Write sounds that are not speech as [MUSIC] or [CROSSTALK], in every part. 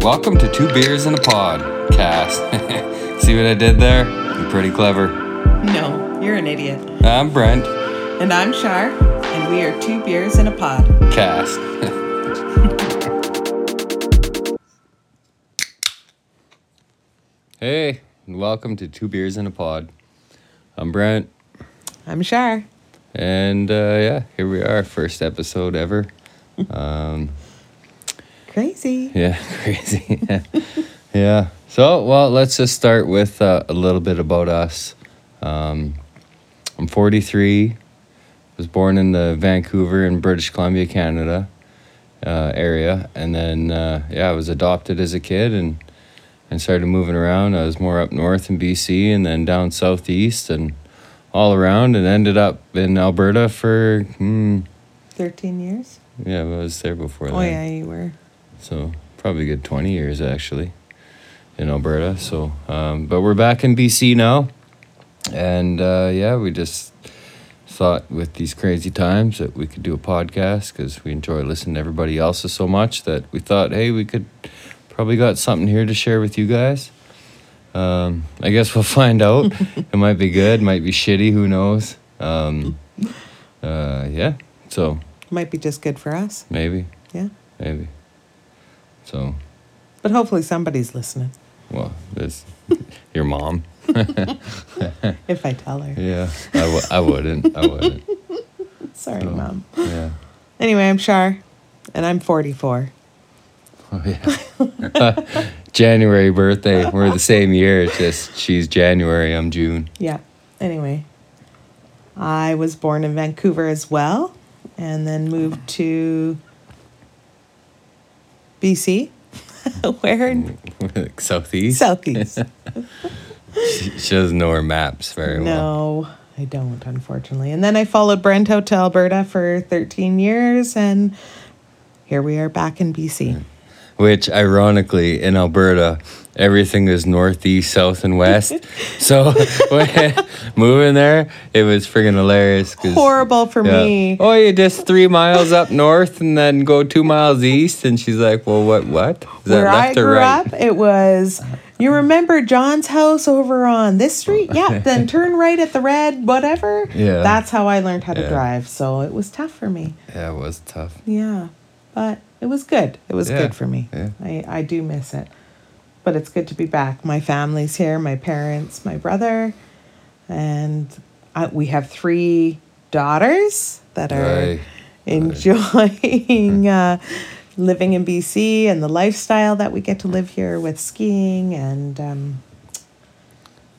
Welcome to Two Beers in a Pod cast. [LAUGHS] See what I did there? I'm pretty clever. No, you're an idiot. I'm Brent And I'm Shar, and we are two beers in a pod. Cast. [LAUGHS] hey, and welcome to Two Beers in a Pod. I'm Brent, I'm Shar. and uh, yeah, here we are, first episode ever. Crazy. Yeah, [LAUGHS] crazy. yeah. So, well, let's just start with uh, a little bit about us. Um, I'm 43. Was born in the Vancouver and British Columbia, Canada uh, area, and then uh, yeah, I was adopted as a kid and and started moving around. I was more up north in BC and then down southeast and all around, and ended up in Alberta for hmm, 13 years? yeah, I was there before. Oh, then yeah, you were. so probably a good 20 years actually in alberta so um, but we're back in bc now and uh, yeah we just thought with these crazy times that we could do a podcast because we enjoy listening to everybody else's so much that we thought hey we could probably got something here to share with you guys um, i guess we'll [LAUGHS] find out it might be good might be shitty who knows um, uh, yeah so Might be just good for us. maybe Yeah. maybe so But hopefully somebody's listening Well, that's your mom. if I tell her. Yeah, I, w- I wouldn't. I [LAUGHS] wouldn't. Sorry, So, Mom. Yeah. Anyway, I'm Shar, and I'm 44. Oh, yeah. January birthday. We're the same year. It's just she's January. I'm June. [LAUGHS] Yeah. Anyway, I was born in Vancouver as well, and then moved to BC, [LAUGHS] where in Southeast. Southeast. She, she doesn't know her maps very well. No, I don't, unfortunately. And then I followed Brento to Alberta for 13 years, and here we are back in BC. Which, ironically, in Alberta, everything is northeast, south, and [LAUGHS] west. so when- [LAUGHS] moving there, it was friggin' hilarious. 'cause- Horrible for Yeah. me. Oh, you're just three miles up north and then go two miles east. And she's like, well, what, what? Is that Where I left or grew right? up, it was, you remember John's house over on this street? [LAUGHS] Yeah, then turn right at the red, whatever. Yeah. That's how I learned how to Yeah. drive. So it was tough for me. Yeah, it was tough. Yeah, but it was good. It was Yeah, good for me. yeah. I, I do miss it. But it's good to be back. My family's here, my parents, my brother, and I, we have three daughters that are Right. enjoying [LAUGHS] uh, living in BC and the lifestyle that we get to live here with skiing and um,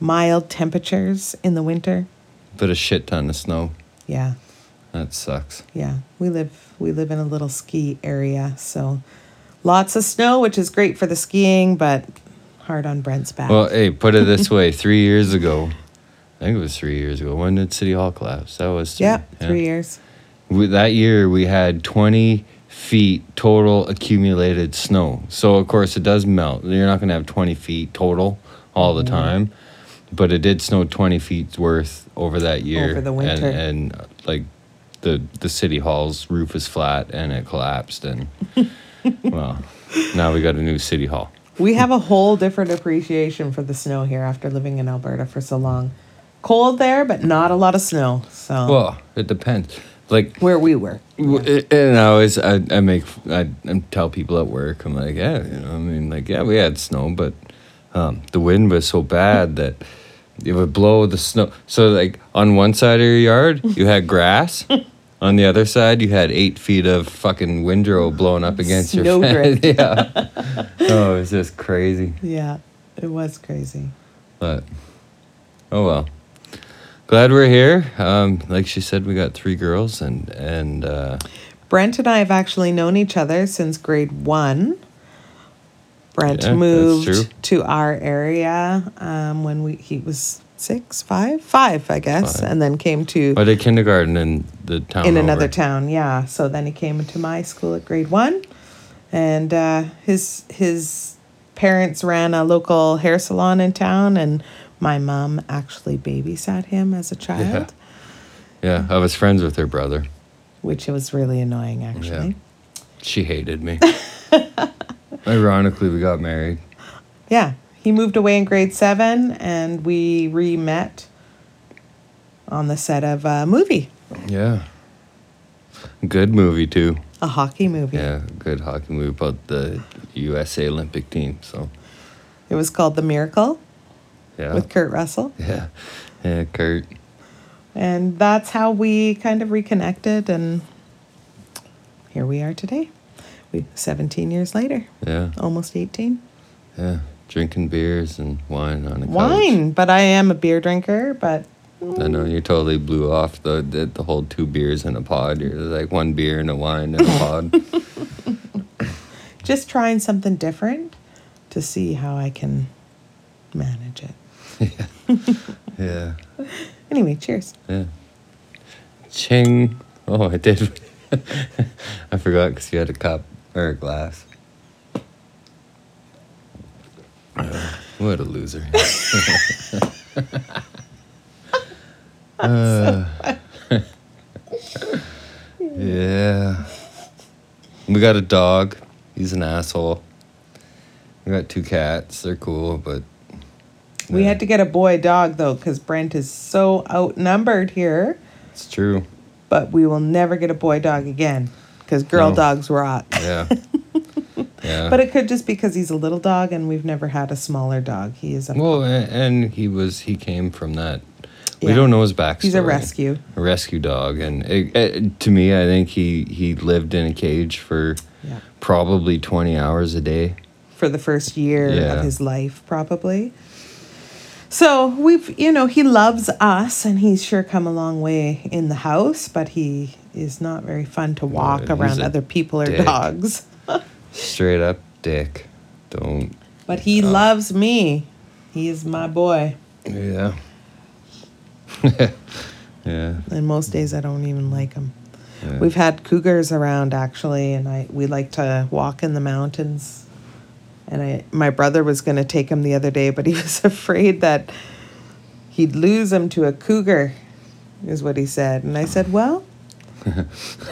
mild temperatures in the winter. But a shit ton of snow. Yeah. That sucks. Yeah, we live we live in a little ski area, so lots of snow, which is great for the skiing, but hard on Brent's back. Well, hey, put it this way three years ago, I think it was three years ago, when did City Hall collapse? That was three. yep, yeah. three years. we, that year we had 20 feet total accumulated snow so of course it does melt you're not going to have 20 feet total all Mm-hmm. the time but it did snow 20 feet worth over that year Over the and- winter. and, uh, like the the city hall's roof is flat and it collapsed [LAUGHS] and well now we got a new city hall We have a whole different appreciation for the snow here after living in Alberta for so long. Cold there, but not a lot of snow. So well it depends like where we were. W- a- And I always, I, I make, I, I tell people at work, I'm like, yeah, you know, I mean, like, yeah, we had snow, but um, the wind was so bad that it would blow the snow. So, like, on one side of your yard, you had grass. on the other side, you had eight feet of fucking windrow blowing up against your [LAUGHS] Snowdrift. yeah. Oh, it was just crazy. Yeah, it was crazy. But, oh well. Glad we're here. Um, like she said, we got three girls and, and, uh, Brent and I have actually known each other since grade one. Brent Yeah, that's true. moved to our area um, when we he was six, five, five, I guess, Five. and then came to I did kindergarten in the town. in over. another town. Yeah, so then he came to my school at grade one, and uh, his his parents ran a local hair salon in town, and my mom actually babysat him as a child, Yeah, I was friends with her brother. [LAUGHS] which was really annoying actually. She hated me. Ironically, we got married. Yeah, he moved away in grade seven, and we re met on the set of a movie, Yeah. Good movie too. a hockey movie. Yeah, good hockey movie about the USA Olympic team. So, It was called The Miracle yeah. with Kurt Russell. Yeah. Yeah, Kurt. And that's how we kind of reconnected, and here we are today. We 17 years later, Yeah. almost 18. Yeah. Drinking beers and wine on a couch. Wine, but I am a beer drinker, but I know you totally blew off the, the the whole two beers in a pod. You're like one beer and a wine in a [LAUGHS] pod. just trying something different to see how I can manage it. Yeah. Anyway, cheers. Yeah. Ching. Oh, I did. [LAUGHS] I forgot because you had a cup or a glass. Uh, what a loser. [LAUGHS] Uh, [LAUGHS] yeah. We got a dog. He's an asshole. We got two cats. They're cool, but We had to get a boy dog though, because Brent is so outnumbered here. it's true. But we will never get a boy dog again, because girl No. dogs rock. [LAUGHS] Yeah. yeah. But it could just because he's a little dog, and we've never had a smaller dog. He is a Well, a- and he was he came from that. We Yeah. don't know his backstory. He's a rescue. a rescue dog, and it, it, to me, I think he he lived in a cage for Yeah. probably twenty hours a day. for the first year Yeah. of his life, probably. So we've, you know, he loves us and he's sure come a long way in the house, but he is not very fun to walk he's around a other people or dick. dogs. Straight up dick. Don't. But he Uh. loves me. He is my boy. Yeah. yeah. And most days I don't even like him. Yeah. We've had cougars around actually, and I we like to walk in the mountains. And I my brother was going to take him the other day, but he [LAUGHS] was afraid that he'd lose him to a cougar, is what he said. And I said, well. [LAUGHS] Put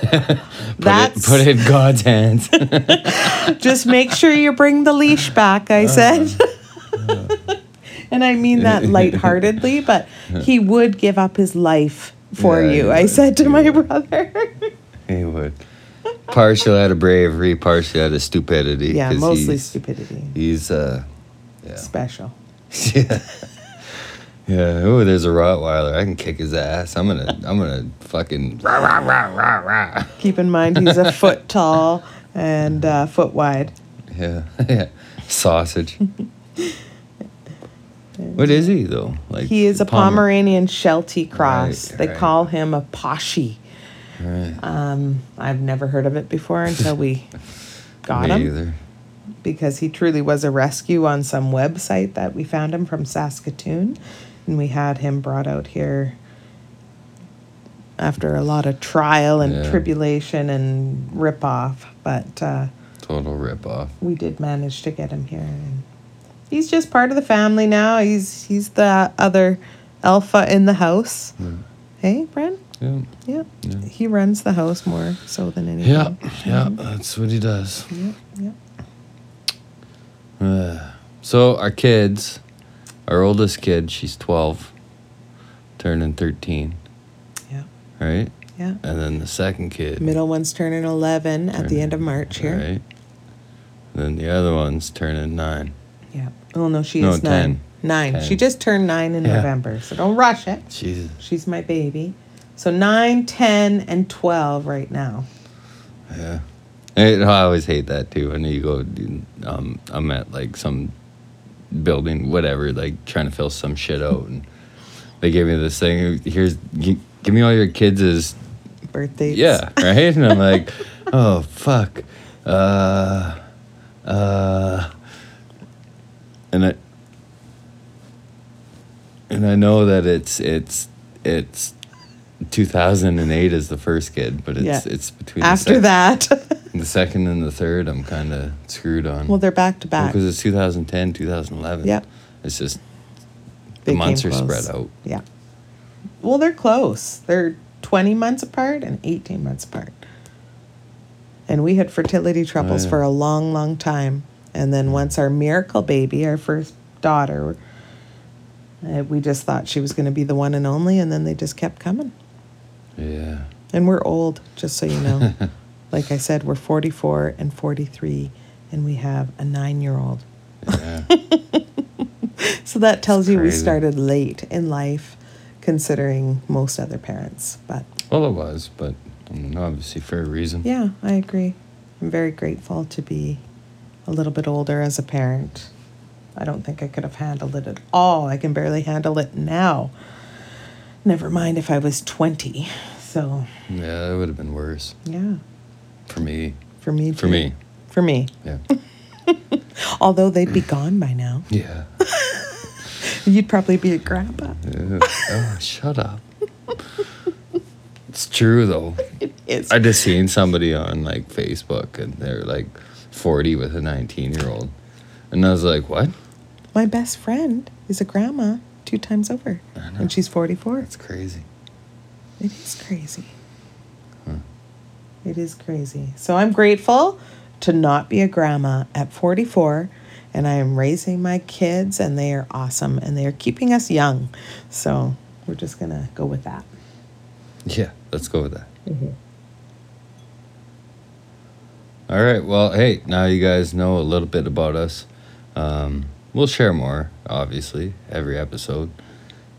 it, That's put it in God's hands. [LAUGHS] just make sure you bring the leash back, Uh-huh. I said. [LAUGHS] and I mean [LAUGHS] that lightheartedly, but he would give up his life for Yeah, he you, I would, said to he my would. [LAUGHS] brother. he would. Partial out of bravery, partial out of stupidity. yeah, 'cause mostly he's, stupidity. He's uh. [LAUGHS] Yeah. Special. yeah. Yeah. Oh, there's a Rottweiler. I can kick his ass. I'm gonna. I'm gonna fucking. Rah, rah, rah, rah, rah. Keep in mind [LAUGHS] he's a foot tall and uh, foot wide. Yeah. [LAUGHS] yeah. Sausage. what is he though? Like He is a Pomer- Pomeranian Sheltie cross. Right, they right. call him a Poshy. Right. Um, I've never heard of it before [LAUGHS] until we got Me him either. because he truly was a rescue on some website that we found him from Saskatoon, and we had him brought out here after a lot of trial and Yeah. tribulation and ripoff, but. Uh, Total rip off. we did manage to get him here and he's just part of the family now he's he's the other alpha in the house hey brent Hmm. Yeah. yeah. he runs the house more so than anything Yeah. Yeah. That's what he does. yeah, yeah. [SIGHS] So our kids, our oldest kid, she's 12, turning 13, yeah, right? yeah. And then the second kid. middle one's turning 11 at the end of march here Right. Then the other one's turning nine. yeah oh no she No, is 10. nine nine 10. she just turned nine in Yeah. november so don't rush it Jesus. she's my baby so 9 10 and 12 right now Yeah. I, I always hate that too. When you go, um, I'm at like some building, whatever, like trying to fill some shit out, and they gave me this thing. Here's, gi- give me all your kids' birthdays Yeah, right. And I'm like, [LAUGHS] oh fuck, uh, uh, and I and I know that it's it's it's 2008 is the first kid, but it's Yeah. it's between after the that [LAUGHS] that the second and the third. I'm kind of screwed on. Well, they're back to back. because it's 2010, 2011. Yep. it's just They the months are came close. spread out. Yeah. Well, they're close. They're 20 months apart and 18 months apart. And we had fertility Oh, troubles yeah. Mm. for a long, long time. And then once our miracle baby, our first daughter, uh, we just thought she was going to be the one and only, and then they just kept coming. [LAUGHS] Yeah. And we're old, just so [LAUGHS] you know. like I said, we're 44 and 43, and we have a nine year old. Yeah. So that tells you we crazy. started late in life, considering most other parents. But well, it was, but I mean, obviously for a reason. yeah, I agree. I'm very grateful to be a little bit older as a parent. I don't think I could have handled it at all. I can barely handle it now. Never mind if I was 20. So, Yeah, it would have been worse yeah, for me. for me. For too. me. For me. [LAUGHS] Yeah. Although they'd be gone by now. yeah. You'd probably be a grandpa. Ew. oh, shut up. It's true though. It's I just seen somebody on like Facebook and they're like 40 with a 19 year old. And I was like, what? my best friend is a grandma two times over, I know. and she's 44. That's crazy. It is crazy. It is crazy. So I'm grateful to not be a grandma at 44, and I am raising my kids, and they are awesome, and they are keeping us young. So we're just going to go with that. Yeah, let's go with that. Mm-hmm. All right. Well, hey, now you guys know a little bit about us. Um, we'll share more, obviously, every episode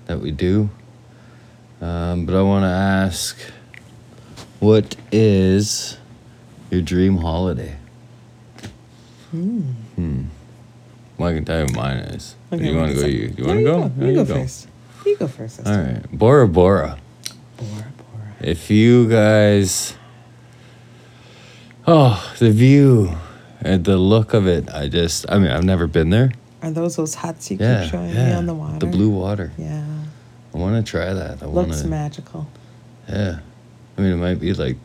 that we do. Um, but I want to ask what is your dream holiday? Hmm. Well, I can tell you what mine is. Do you want to go? You, you want to No, go? You, Yeah, go first. You go first. this All time. right. Bora Bora. Bora, Bora. If you guys, oh, the view and the look of it, I just, I mean, I've never been there. Are those those huts you Yeah. keep showing yeah. me on the water? blue water. Yeah. I want to try that. I want Looks to. magical. Yeah. I mean, it might be like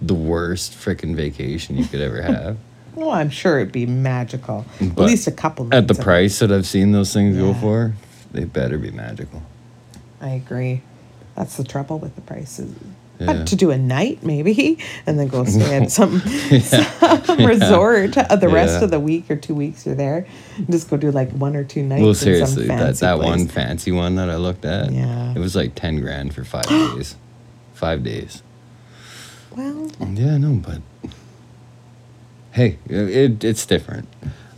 the worst freaking vacation you could ever have. Well, I'm sure it'd be magical. [LAUGHS] At But least a couple At the nights of- price that I've seen those things go Yeah. for, they better be magical. I agree. That's the trouble with the prices. Yeah. To do a night, maybe, and then go stay [LAUGHS] at some, [LAUGHS] some resort uh, the rest Yeah. of the week or two weeks you're there. And just go do like one or two nights. Well, in some seriously, that, fancy that place. one fancy one that I looked at, Yeah. it was like 10 grand for [GASPS] five days. Five days. Well, Yeah, I know, but hey, i- it, it's different.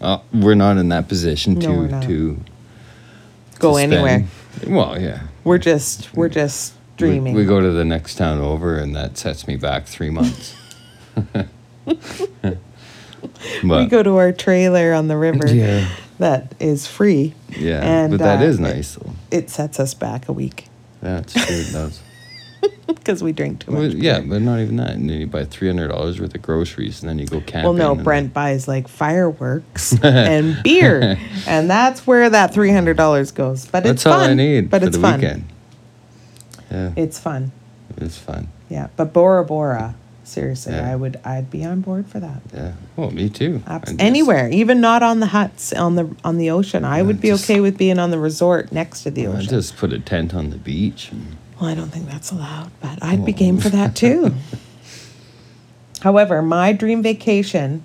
Uh, we're not in that position No, to we're not. to go to spend- anywhere. Well, yeah, We're just we're just We- dreaming. We, go to the next town over, and that sets me back three months. [LAUGHS] [LAUGHS] but We go to our trailer on the river. Yeah. That is free. yeah, And, but that uh, is nice though. It, it sets us back a week [LAUGHS] That's true. It does. because we drink too much. Well, yeah, but not even that. And then you buy three hundred dollars worth of groceries, and then you go camping. Well, no, and- Brent buys like fireworks [LAUGHS] and [LAUGHS] beer, and that's where that three hundred dollars goes. But That's it's all fun. I need but for it's the fun. weekend. Yeah, It's fun. it's fun. Yeah, but Bora Bora, seriously, Yeah. I would, I'd be on board for that. Yeah. Well, Oh, me too. I Abs- just- Anywhere, even not on the huts on the on the ocean, I would be just- Oh, okay with being on the resort next to the I ocean. just put a tent on the beach. and- Well, I don't think that's allowed, but I'd be game Oh. for [LAUGHS] that too. However, my dream vacation,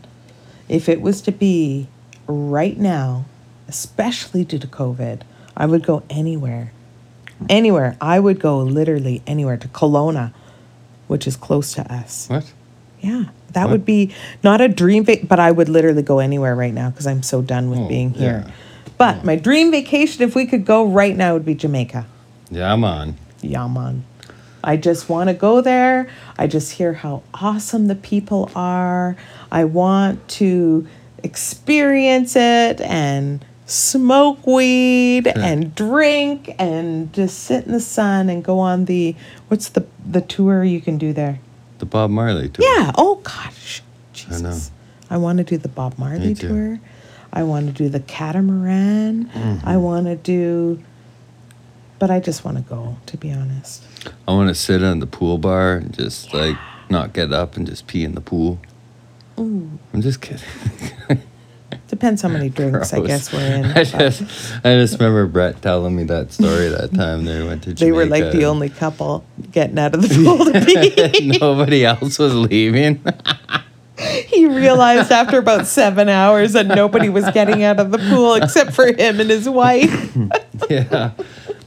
if it was to be right now, especially due to COVID, I would go anywhere. Anywhere. I would go literally anywhere to Kelowna, which is close to us. What? Yeah. That What? would be not a dream, va- but I would literally go anywhere right now because I'm so done with Oh, being here. yeah. Oh. But my dream vacation, if we could go right now, would be Jamaica. Yeah, I'm on. Yaman. I just want to go there. I just hear how awesome the people are. I want to experience it and smoke weed Hmm. and drink and just sit in the sun and go on the what's the the tour you can do there? The Bob Marley tour. Yeah. Oh gosh. I know. Jesus. I, want to do the Bob Marley too. tour. I want to do the catamaran. I Mm-hmm. want to do but I just want to go to be honest. I want to sit on the pool bar and just like not get up and just pee in the pool. I'm just kidding. [LAUGHS] Depends how many drinks I Gross. guess we're [LAUGHS] in. I but just, I just remember Brett telling me that story that time they went to Jamaica. they were like the and [LAUGHS] only couple getting out of the pool [LAUGHS] to pee. [LAUGHS] Nobody else was leaving. [LAUGHS] he realized after about seven hours that nobody was getting out of the pool except for him and his wife. yeah.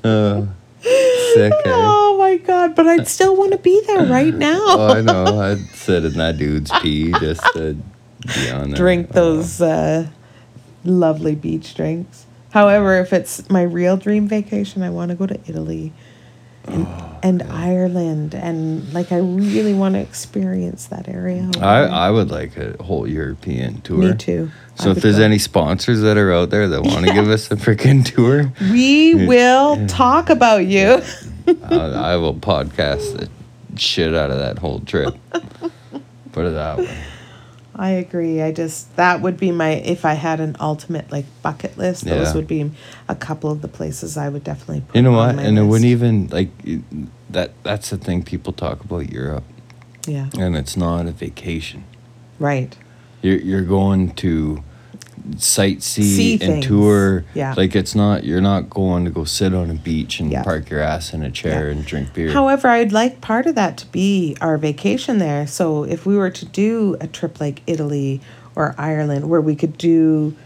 Uh, sick. eh? Oh my God. But I'd still want to be [LAUGHS] there right now. Oh, I know. I'd sit in that dude's pee just to be on there. Drink those uh, lovely beach drinks. However, if it's my real dream vacation, I want to go to Italy Oh, and, and Ireland. And like, I really want to experience that area. over I, there. I would like a whole European tour. Um, Me too. I So if would there's go. any sponsors that are out there that want to give us a freaking [LAUGHS] tour, We will talk about you. I, I will podcast the shit out of that whole trip. Put it that way. I agree. I just that would be my if I had an ultimate like bucket list. Those Yeah. would be a couple of the places I would definitely. Put You know on what? my And it wouldn't list. even like it- that. That's the thing people talk about Europe, Yeah. and it's not a vacation. Right. You're you're going to sightsee See and things. tour. Yeah. Like it's not. You're not going to go sit on a beach and Yeah. park your ass in a chair Yeah. and drink beer. However, I'd like part of that to be our vacation there. So if we were to do a trip like Italy or Ireland, where we could do,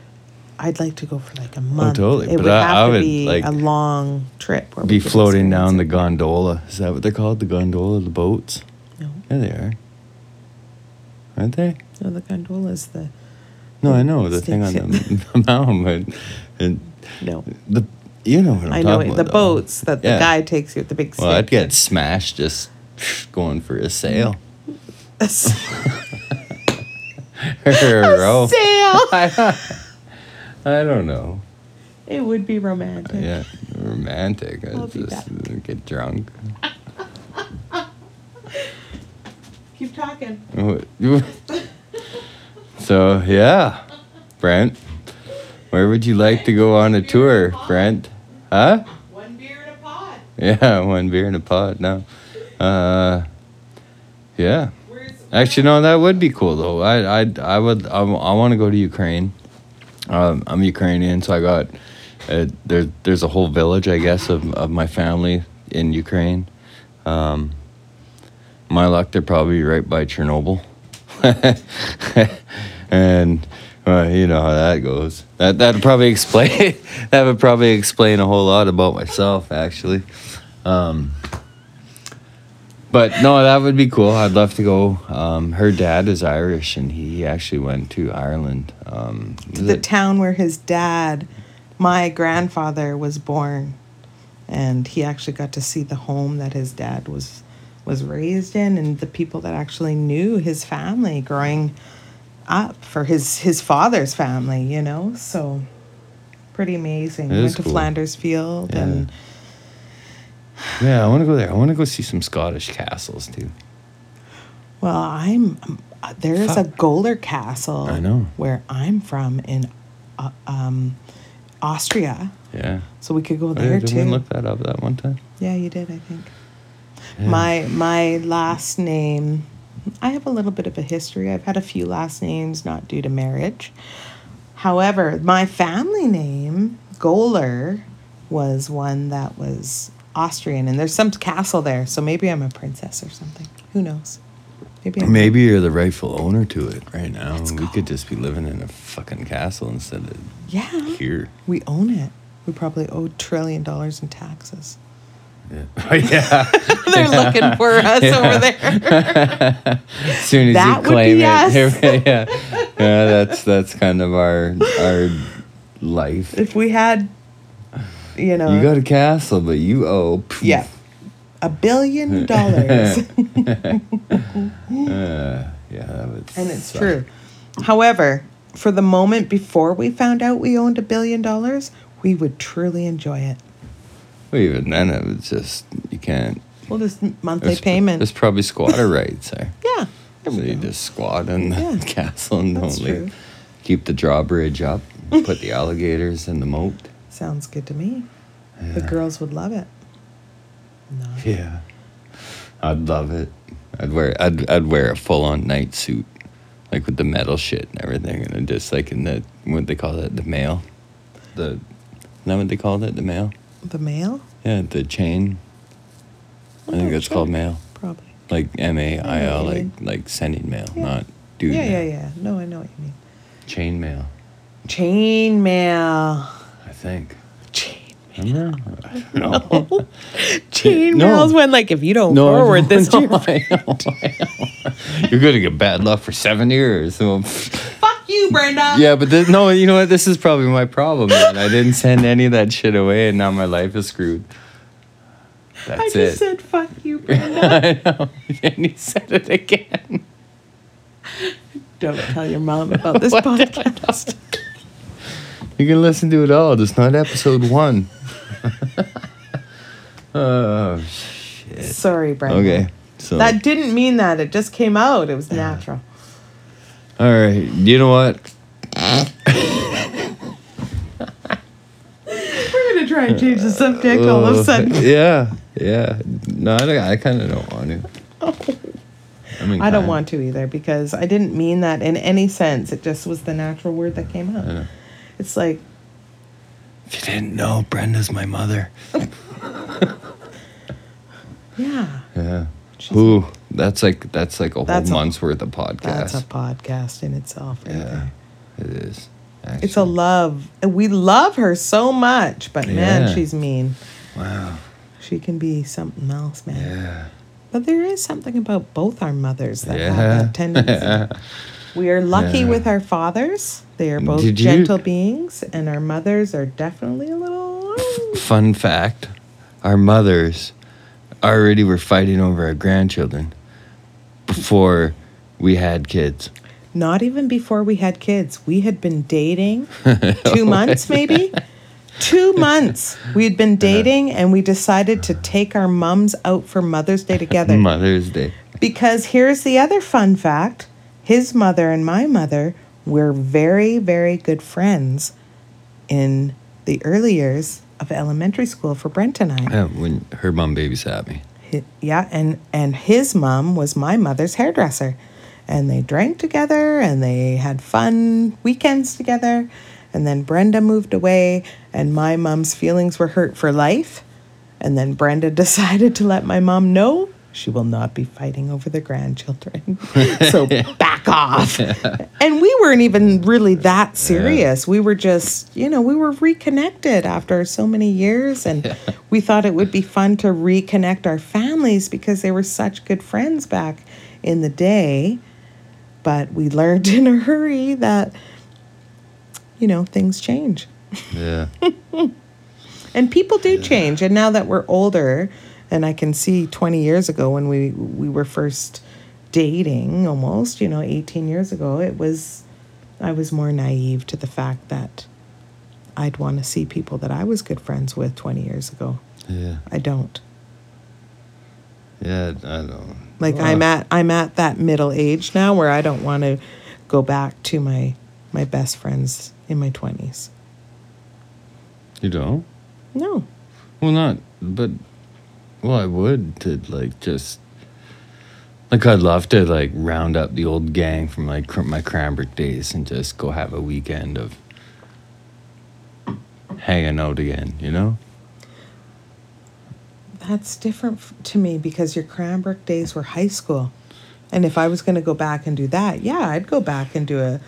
I'd like to go for like a month. Oh, totally. It But would I- have I to would, be like, a long trip. Where be could floating experience down it. the gondola. Is that what they're called? The gondola, the boats? No. Yeah, they are. Aren't they? No, the gondola is the No, I know the thing on Stick [LAUGHS] the, [LAUGHS] the mountain, but and no. the you know what I'm I know talking it, the about. though. boats that the Yeah. guy takes you with the big. Well, I'd stick. get smashed just [LAUGHS] going for a [LAUGHS] sail. [LAUGHS] a sail. [LAUGHS] Row. I [LAUGHS] I don't know. It would be romantic. Yeah, romantic. I I'll be just get drunk. Keep talking. [LAUGHS] so yeah, Brent, where would you like to go on a tour, Brent? Huh? One beer in a pod. Yeah, [LAUGHS] one beer in a pot. No, uh, yeah. Where's Actually, no, that would be cool though. I, I, I would, I, want to go to Ukraine. Um, I'm Ukrainian, so I got uh, there. There's a whole village, I guess, of of my family in Ukraine. Um, my luck, they're probably right by Chernobyl, [LAUGHS] and well, you know how that goes. That that would probably explain [LAUGHS] that would probably explain a whole lot about myself, actually. Um, but no, that would be cool. I'd love to go. Um, her dad is Irish, and he actually went to Ireland. Um, to was the it- town where his dad, my grandfather, was born, and he actually got to see the home that his dad was was raised in, and the people that actually knew his family growing up for his his father's family. You know, so pretty amazing. It Went is to cool. Flanders Field Yeah. and. yeah, I want to go there. I want to go see some Scottish castles too. Well, I'm um, uh, there is a Fuck. Goler Castle. I know. where I'm from in uh, um, Austria, Yeah. so we could go Oh, there yeah, didn't we too. look that up that one time? yeah, you did, I think. Yeah. My my last name, I have a little bit of a history. I've had a few last names not due to marriage. However, my family name Goler was one that was Austrian, and there's some castle there, so maybe I'm a princess or something. Who knows? Maybe I'm Maybe you're the rightful owner to it right now. we go. could just be living in a fucking castle instead of yeah. [LAUGHS] here. We own it. We probably owe trillion dollars [LAUGHS] in taxes. [LAUGHS] Yeah. Oh, yeah. They're looking for us over there. As soon as That would you claim be it. [LAUGHS] us. yeah. yeah. That's that's kind of our our life. if we had, you know, You got a castle, but you oh, owe. pff, yeah, [LAUGHS] a billion dollars, Uh, yeah, that would. and it's suck. true. However, for the moment before we found out we owned a billion dollars, we would truly enjoy it. Well, even then, it was just you can't. Well, this m- monthly There's, payment. There's probably squatter [LAUGHS] rights there. yeah. So you just squat in the Yeah, [LAUGHS] castle and that's don't leave. true. Keep the drawbridge [LAUGHS] up. Put the alligators in the moat. Sounds good to me. The girls would love it. No. Yeah, I'd love it. I'd wear I'd I'd wear a full on night suit, like with the metal shit and everything, and then just like in the what they call that the mail, the is that what they call that the mail? The male? Yeah, the chain. I I'm think not that's Oh, sure. called mail, Probably. like M A I L, Yeah. like like sending mail, Yeah. not dude. yeah, now. yeah, yeah. No, I know what you mean. Chain mail, Chain mail. I think. Chain No, I don't know. chain No. mail's when like if you don't No, [LAUGHS] forward this I whole, don't- You're gonna get bad luck for seven years. So, fuck you, Brenda. [LAUGHS] yeah, but this, no, you know what? This is probably my problem. Man. I didn't send any of that shit away, and now my life is screwed. I That's just it. said fuck you, Brenda. I know. [LAUGHS] And he said it again. don't tell your mom [LAUGHS] about this podcast. You can listen to it all, just not episode one. oh, shit. Sorry, Brenda. Okay. So, That didn't mean that. It just came out. It was natural. all right. You know what? We're gonna try and change the subject all of Uh, a [LAUGHS] sudden. Yeah, yeah. No, I, kind of don't want to. I mean, I don't kinda. want to either because I didn't mean that in any sense. It just was the natural word that came out. know. It's like If you didn't know, Brenda's my mother. yeah, Yeah. She's- Ooh, that's like that's like a whole That's a- month's worth of podcast. that's a podcast in itself. Right yeah, there. it is. It's a love. We love her so much, but Yeah. man, she's mean. wow. She can be something else, man. Yeah. But there is something about both our mothers that Yeah. have that tendency. [LAUGHS] We are lucky with our fathers. They are both Did you- gentle beings, and our mothers are definitely a little. Fun fact: Our mothers already were fighting over our grandchildren before we had kids. Not even before we had kids. We had been dating [LAUGHS] two months, maybe. Two months we had been dating, and we decided to take our mums out for Mother's Day together. Mother's Day. Because here's the other fun fact his mother and my mother were very, very good friends in the early years of elementary school for Brent and I. Yeah, when her mom babysat me. Hi- Yeah, and, and his mom was my mother's hairdresser. And they drank together and they had fun weekends together. And then Brenda moved away, and my mom's feelings were hurt for life. And then Brenda [LAUGHS] decided to let my mom know she will not be fighting over the grandchildren. [LAUGHS] so back off. And we weren't even really that serious. We were just, you know, we were reconnected after so many years. And [LAUGHS] we thought it would be fun to reconnect our families because they were such good friends back in the day. But we learned [LAUGHS] in a hurry that, you know, things change. [LAUGHS] Yeah. And people do change. And now that we're older, and I can see 20 years ago when we, we were first dating almost, you know, 18 years ago, it was, I was more naive to the fact that I'd want to see people that I was good friends with 20 years ago. yeah. I don't. Yeah, I don't. Like I'm at I'm at that middle age now where I don't want to go back to my my best friends in my 20s. You don't? No. Well, not, but, well, I would to like just, like, I'd love to like round up the old gang from like cr- my Cranbrook days and just go have a weekend of hanging out again, you know? That's different f- to me because your Cranbrook days were high school. And if I was going to go back and do that, yeah, I'd go back and do a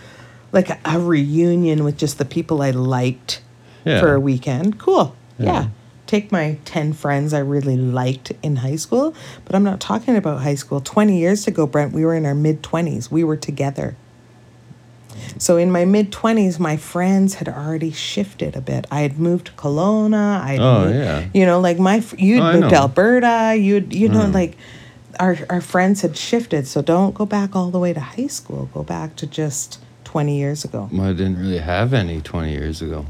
like a, a reunion with just the people I liked Yeah. for a weekend. Cool. Yeah. Yeah. Take my 10 friends I really liked in high school, but I'm not talking about high school. 20 years ago, Brent, we were in our mid 20s. We were together. So in my mid 20s, my friends had already shifted a bit. I had moved to Kelowna. I Oh, yeah. you know, like my fr- you'd Oh, I moved to know. Mm. Alberta, you'd you know, like our our friends had shifted. So don't go back all the way to high school. Go back to just twenty years ago. Well, I didn't really have any 20 years ago.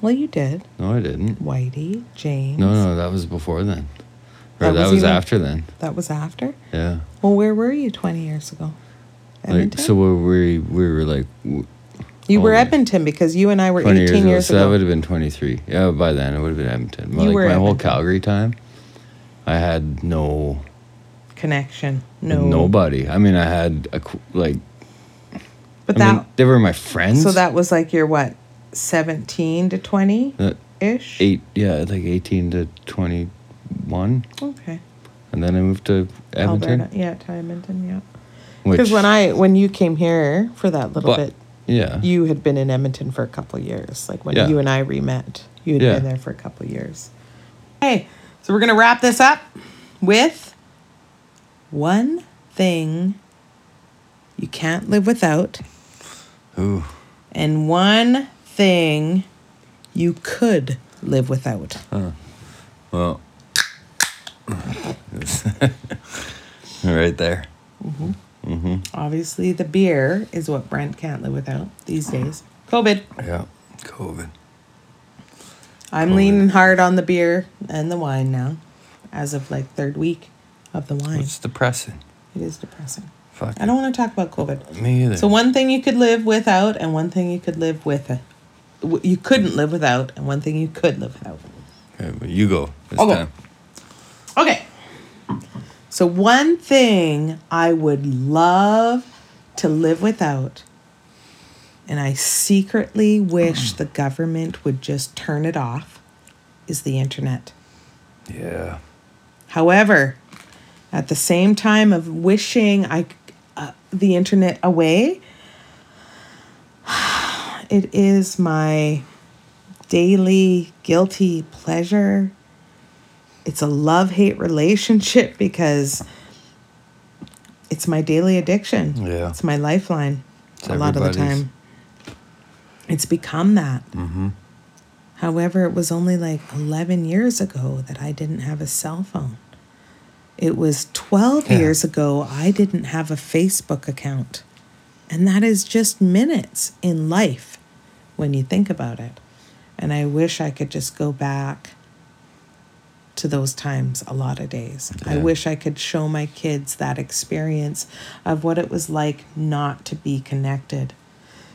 Well, you did, No, I didn't. Whitey James. No, no, that was before then. Or That that, was was, even- after then. That was after. Yeah. Well, where were you twenty years ago? Like, Edmonton. so we, we, we were like, w- you were only Edmonton because you and I were 20 years, eighteen ago. years so that ago. would have been 23. Yeah, by then it would have been Edmonton. But You like were my whole Edmonton. Calgary time, I had no, Connection. No. nobody. I mean, I had a, qu- like, But I that. mean, they were my friends. so that was like your what, seventeen to twenty Uh, ish. eight, yeah, like 18 to 21. Okay. And then I moved to Edmonton. Alberta. Yeah, to Edmonton, yeah. Because Which- when I when you came here for that little But- bit, Yeah. you had been in Edmonton for a couple of years. Like when Yeah. you and I re-met, you had Yeah. been there for a couple of years. Hey, so we're gonna wrap this up with one thing you can't live without, Ooh. and one thing you could live without. Well. [LAUGHS] right there. Obviously, the beer is what Brent can't live without these days. COVID. Yeah. COVID. I'm leaning hard on the beer and the wine now, as of like third week of the wine. It's depressing. It is depressing. Fuck. I don't want to talk about COVID. Me either. So one thing you could live without, and one thing you could live with, w- you couldn't live without, and one thing you could live without. Okay, but you go this I'll go. time. Okay. So one thing I would love to live without, and I secretly wish the government would just turn it off, is the internet. Yeah. However, at the same time of wishing I c- uh, the internet away, [SIGHS] it is my daily guilty pleasure. It's a love hate relationship because it's my daily addiction. Yeah. It's my lifeline It's a lot of the everybody's. time. It's become that. However, it was only like 11 years ago that I didn't have a cell phone. It was 12 Yeah. years ago I didn't have a Facebook account. And that is just minutes in life when you think about it. And I wish I could just go back to those times a lot of days. I Yeah. wish I could show my kids that experience of what it was like not to be connected.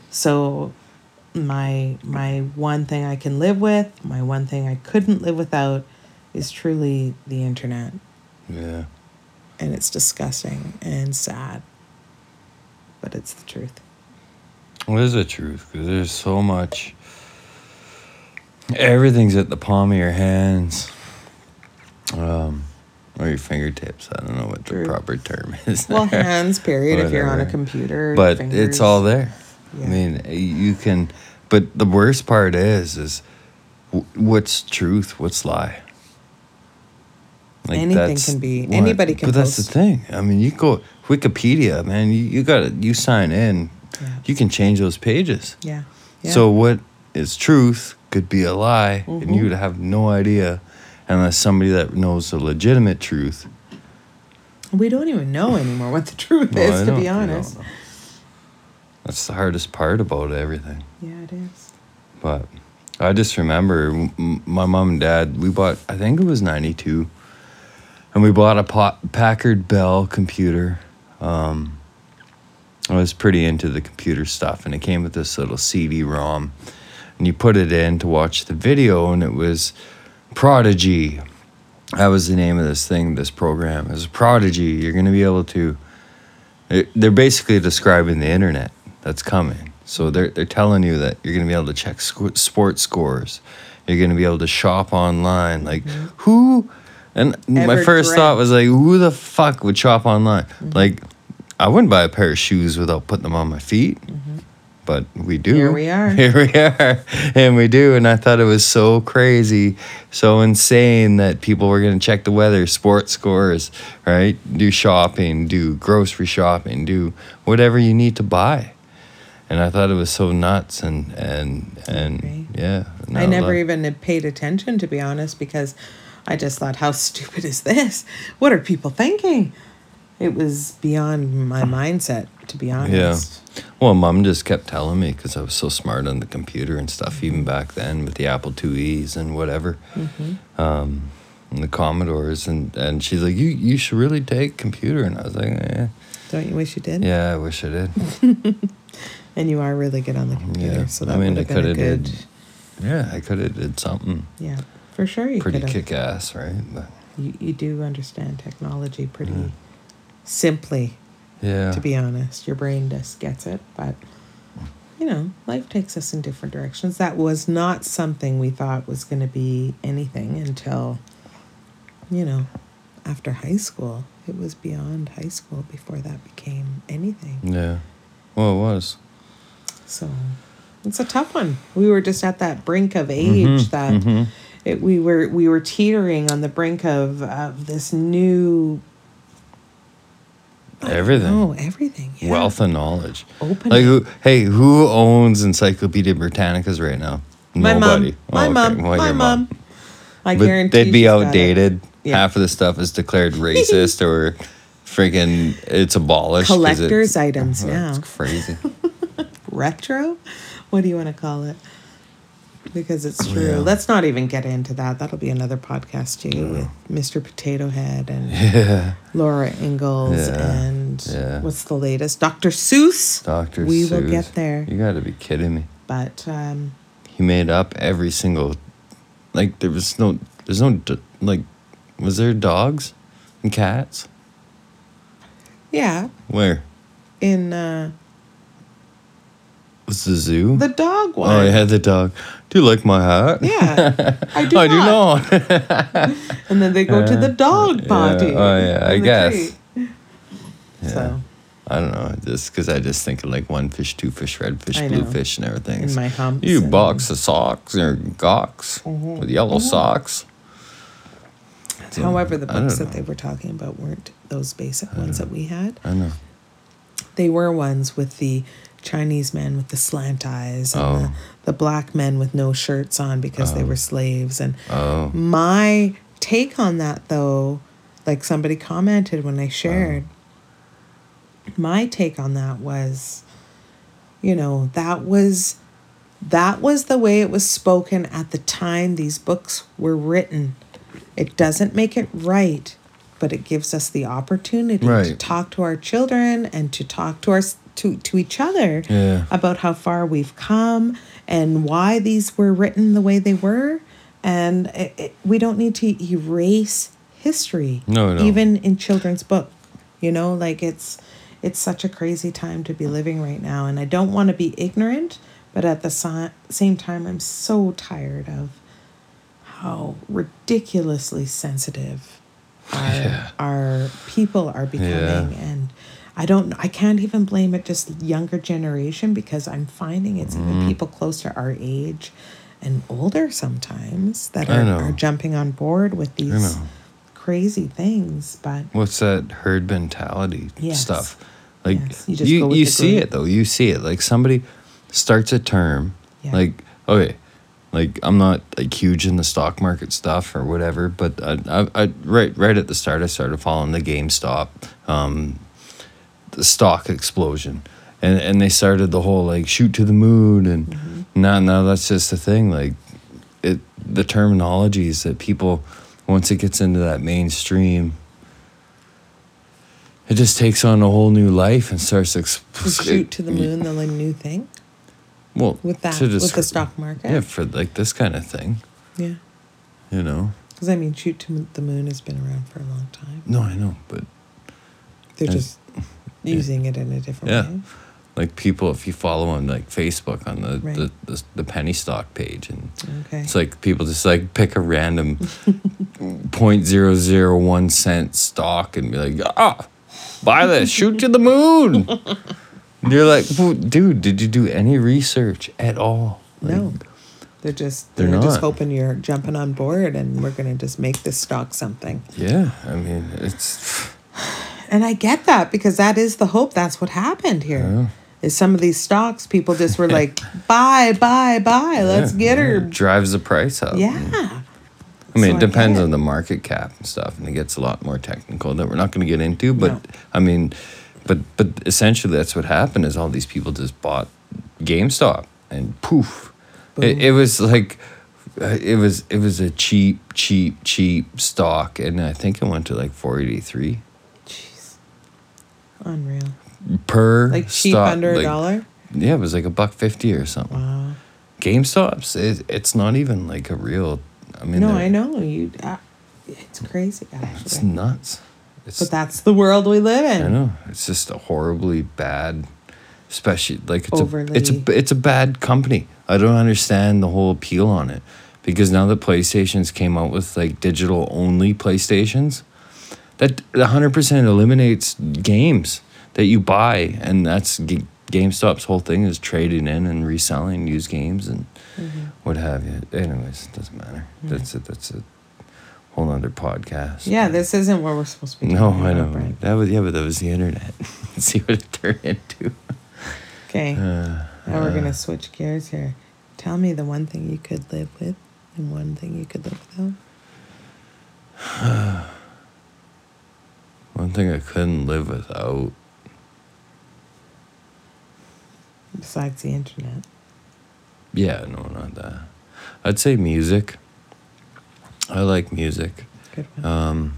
So my my one thing I can live with, my one thing I couldn't live without is truly the internet. Yeah. And it's disgusting and sad. But it's the truth. What is the truth? 'Cause there's so much. Everything's at the palm of your hands, um, or your fingertips. I don't know what True. the proper term [LAUGHS] is. Well, there. hands, period, if you're on a Whatever. computer. but fingers. it's all there. Yeah. I mean, eh, you can. But the worst part is, is w- what's truth, what's lie. Anything can be- anybody can But that's post. the thing. I mean, you go Wikipedia, man. You, you got to you sign in. Yeah. You can change those pages. Yeah. yeah. So what is truth could be a lie, Mm-hmm. and you would have no idea unless somebody that knows the legitimate truth. we don't even know anymore what the truth Well, I is, to don't- be I don't honest. know. That's the hardest part about everything. Yeah, it is. But I just remember m- m- my mom and dad, we bought, I think it was 92, and we bought a pa- Packard Bell computer. Um, I was pretty into the computer stuff, and it came with this little CD ROM. And you put it in to watch the video, and it was Prodigy. That was the name of this thing, this program. It was Prodigy. You're going to be able to. It, they're basically describing the internet that's coming. So they're they're telling you that you're going to be able to check sc- sports scores. You're going to be able to shop online. Like who? And my Mm-hmm. Ever first thought dreamt. Mm-hmm. was like, who the fuck would shop online? Like, I wouldn't buy a pair of shoes without putting them on my feet. But we do. Here we [LAUGHS] are. Here we are. And we do. And I thought it was so crazy, so insane that people were going to check the weather, sports scores, right? Do shopping, do grocery shopping, do whatever you need to buy. And I thought it was so nuts and, and, and Agree. yeah. I no, never no. even had paid attention, to be honest, because I just thought, how [LAUGHS] stupid is this? What are people thinking? It was beyond my mindset, to be honest. Yeah. Well, mom just kept telling me because I was so smart on the computer and stuff, even back then with the Apple IIe's and whatever, Mm-hmm. um, and the Commodores, and, and she's like, "You you should really take computer," and I was like, "Yeah, Don't you wish you did? yeah, I wish I [LAUGHS] did." And you are really good on the computer, Yeah. so I that mean, would have I been a coulda good. did- yeah, I could have did something Yeah, for sure you pretty could have. kick ass, right? But You, you do understand technology pretty Mm. simply, yeah, to be honest. Your brain just gets it, but you know, life takes us in different directions. That was not something we thought was going to be anything until, you know, after high school. It was beyond high school before that became anything. Yeah. Well, it was. So it's a tough one. We were just at that brink of age Mm-hmm, that it, we were we were teetering on the brink of of this new Everything. oh everything yeah. Wealth and knowledge. Open Like, it. who, hey, who owns Encyclopedia Britannicas right now? my Nobody. mom my Oh, okay. mom Well, my your mom. I But guarantee they'd she's be got it. outdated. Yeah. Half of the stuff is declared racist or freaking it's abolished. 'cause it's- [LAUGHS] Collector's items now. It's [LAUGHS] crazy. retro what do you want to call it because it's true Yeah. let's not even get into that that'll be another podcast too with mr potato head and [LAUGHS] yeah. laura ingalls Yeah. and Yeah. what's the latest dr seuss Dr. we will Seuss. get there You got to be kidding me. but um He made up every single. Like, there was no. There's no. d- Like, was there dogs and cats? yeah Where? in uh Was the zoo? the dog one. oh, I had the dog. Do you like my hat? [LAUGHS] yeah i do I not. Oh, do not. and then they go to the dog party Oh, yeah, I on the guess. tree. so I don't know, just because I just think of like one fish, two fish, red fish, I blue know. fish, and everything. In my humps You and- Mm-hmm. box of socks or gocks with yellow socks. So, However, the I don't books that know. they were talking about weren't those basic ones that we had. I know. They were ones with the Chinese men with the slant eyes and Oh. the, the black men with no shirts on because they were slaves. And Oh, my take on that, though, like somebody commented when I shared, my take on that was, you know, that was that was the way it was spoken at the time these books were written. It doesn't make it right, but it gives us the opportunity to Right. talk to our children and to talk to our to, to each other Yeah. about how far we've come and why these were written the way they were. And it, it, we don't need to erase history, No, no. even in children's book. You know, like it's it's such a crazy time to be living right now, and I don't want to be ignorant, but at the si- same time, I'm so tired of how ridiculously sensitive our, our people are becoming and i don't i can't even blame it just younger generation because i'm finding it's Mm-hmm. even people close to our age and older sometimes that I are, know. are jumping on board with these know. crazy things but what's that herd mentality Yes. stuff? Like Yes, you you just you, go with the see group. it though. You see it. Like somebody starts a term. Yeah. Like okay, like I'm not like huge in the stock market stuff or whatever, but I, I, I right right at the start I started following the GameStop, um, the stock explosion, and and they started the whole like shoot to the moon and Mm-hmm. now now that's just the thing like it the terminologies that people once it gets into that mainstream it just takes on a whole new life and starts ex- to shoot to the moon the like, new thing well with that to with the descri- stock market yeah for like this kind of thing yeah you know because i mean shoot to the moon has been around for a long time no i know but they're And- [LAUGHS] just using it in a different Yeah. way like people if you follow on like facebook on the Right. the, the, the penny stock page and okay It's like people just like pick a random [LAUGHS] 0.001 cent stock and be like, ah, buy this, shoot to the moon. and you're like, "Well, dude, did you do any research at all? Like, No, they're just They're they're, just not. hoping you're jumping on board, and we're gonna just make this stock something. Yeah, I mean, it's And I get that because that is the hope. That's what happened here. Is some of these stocks people [LAUGHS] just were like, buy, buy, buy. Let's yeah, get yeah, her. it drives the price up. Yeah. I mean, So it I depends get it. on the market cap and stuff, and it gets a lot more technical that we're not going to get into. But No. I mean, but but essentially, that's what happened: is all these people just bought GameStop, and poof, it, it was like uh, it was it was a cheap, cheap, cheap stock, and I think it went to like four eighty three Jeez. Unreal. per Like cheap stock, under a like- dollar. Yeah, it was like a buck fifty or something. Wow. GameStop's it, it's not even like a real. I mean, No, they're- I know you. Uh, it's crazy, actually. It's nuts. It's but that's the world we live in. I know. It's just a horribly bad, especially like it's a, it's Overly- a it's a bad company. I don't understand the whole appeal on it because now that PlayStations came out with like digital only PlayStations, that 100% eliminates games that you buy and that's G- GameStop's whole thing is trading in and reselling used games and Mm-hmm. what have you. Anyways, it doesn't matter. That's it. That's a whole other podcast. Yeah, this isn't what we're supposed to be. No, talking I know. about, right? That was yeah, but that was the internet. [LAUGHS] See what it turned into. Okay. Uh, now we're gonna switch gears here. Tell me the one thing you could live with and one thing you could live without. One thing I couldn't live without. Besides the internet. Yeah, no, not that. I'd say music. I like music. Good one. um,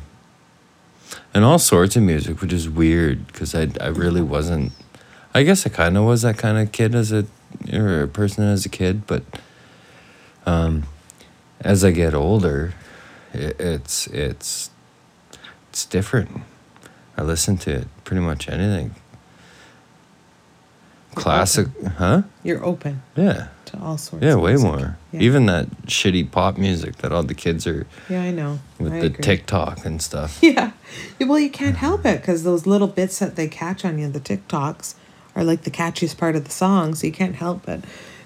and all sorts of music, which is weird because I, I really wasn't. I guess I kind of was that kind of kid as a or a person as a kid, but um, as I get older, it, it's it's it's different. I listen to pretty much anything. Classic, huh? You're open Yeah, to all sorts. yeah, of way music. more. Yeah. Even that shitty pop music that all the kids are Yeah, I know. with I the agree. TikTok and stuff. [LAUGHS] Yeah. Yeah, Well, you can't help it because those little bits that they catch on you, the TikToks, are like the catchiest part of the song. So you can't help but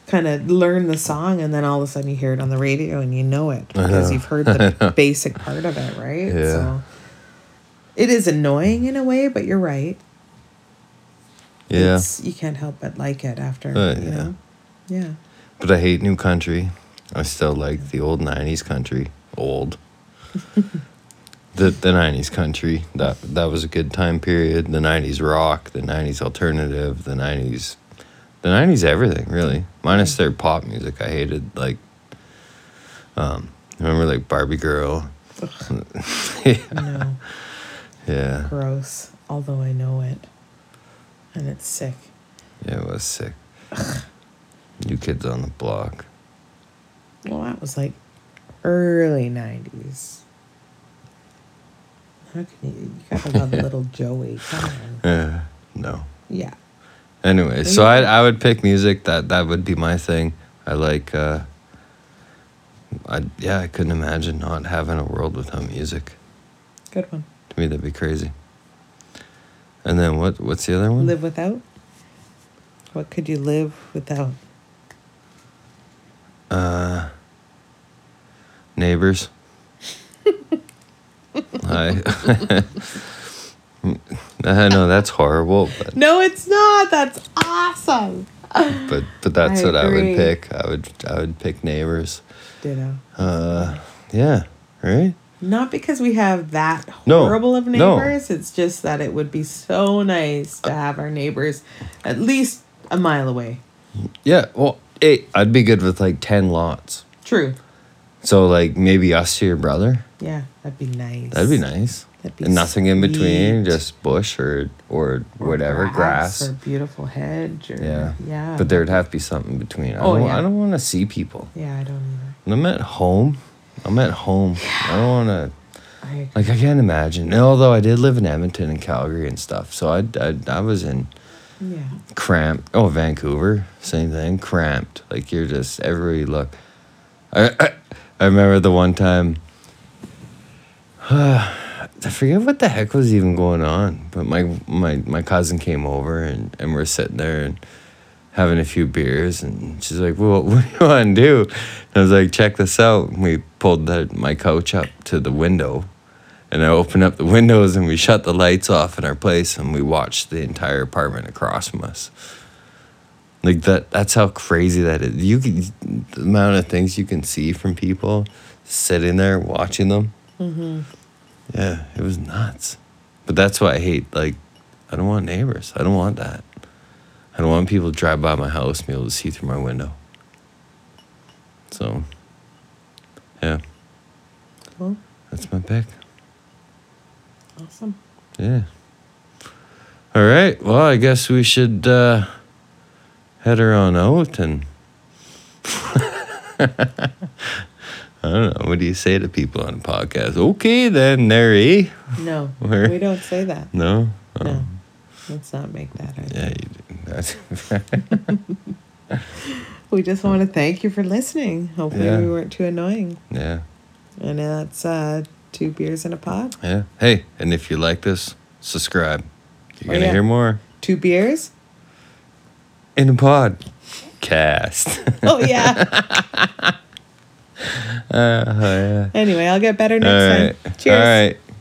kind of learn the song and then all of a sudden you hear it on the radio and you know it because you've [LAUGHS] heard the basic part of it, right? Yeah. it is annoying in a way, but you're right. Yeah. It's, you can't help but like it after, Uh, you yeah. know? Yeah. But I hate new country. I still like the old '90s country. Old. the the '90s country. That that was a good time period. The '90s rock. The '90s alternative. The '90s. The '90s everything really. Minus their pop music. I hated like. Um, remember like Barbie Girl. [LAUGHS] No. Yeah. Gross. Although I know it. And it's sick. Yeah, it was sick. New Kids on the Block. Well, that was like early nineties. How can you? You [LAUGHS] gotta love little Joey. Come on. Uh, no. Yeah. Anyway, so I I would pick music. That that would be my thing. I like. Uh, I yeah, I couldn't imagine not having a world without music. Good one. To me, that'd be crazy. And then what? What's the other one? Live without. What could you live without? Uh, [LAUGHS] neighbors. I. [LAUGHS] I know that's horrible, but No, it's not. That's awesome. but, but that's I what I would agree. pick. I would I would pick neighbors. Ditto. Uh, yeah, right. Not because we have that No, horrible of no. Uh. neighbors. It's just that it would be so nice to have our neighbors at least a mile away. Yeah, well, eight. I'd be good with like ten lots. True. So like maybe us to your brother. Yeah, that'd be nice. That'd be nice. That'd be and nothing in between, sweet. just bush or or, whatever grass. or beautiful hedge or yeah. yeah But there'd have to be something between. I Oh, don't, yeah. I don't want to see people. yeah i don't either When I'm at home. I'm at home. I don't want to. i agree. Like I can't imagine. And although I did live in Edmonton and Calgary and stuff, so I I, I was in yeah cramped. Oh, Vancouver, same thing, cramped. Like you're just everywhere you look. I I, [COUGHS] I remember the one time. I forget what the heck was even going on, but my my my cousin came over and and we're sitting there and having a few beers and she's like, "Well, [LAUGHS] what do you want to do?" And I was like, "Check this out." And we pulled the, my couch up to the window, and I opened up the windows and we shut the lights off in our place and we watched the entire apartment across from us. Like that. That's how crazy that is. You can the amount of things you can see from people sitting there watching them. Yeah, it was nuts. But that's why I hate. Like, I don't want neighbors. I don't want that. I don't want people to drive by my house and be able to see through my window. So, yeah, well that's my pick. awesome Yeah. All right. Well, I guess we should uh, head her on out and. [LAUGHS] I don't know. What do you say to people on a podcast? Okay, then, there, eh? no [LAUGHS] Where- we don't say that No? Oh, no let's not make that happen. Yeah, you do. [LAUGHS] That's- we just want to thank you for listening hopefully Yeah. we weren't too annoying yeah. and that's uh Two beers in a pod. Yeah. Hey, and if you like this, subscribe. You're Oh, going to yeah. hear more Two beers. [LAUGHS] in a pod. Cast. [LAUGHS] Oh yeah. oh, yeah. anyway, I'll get better next All right. time. Cheers. All right.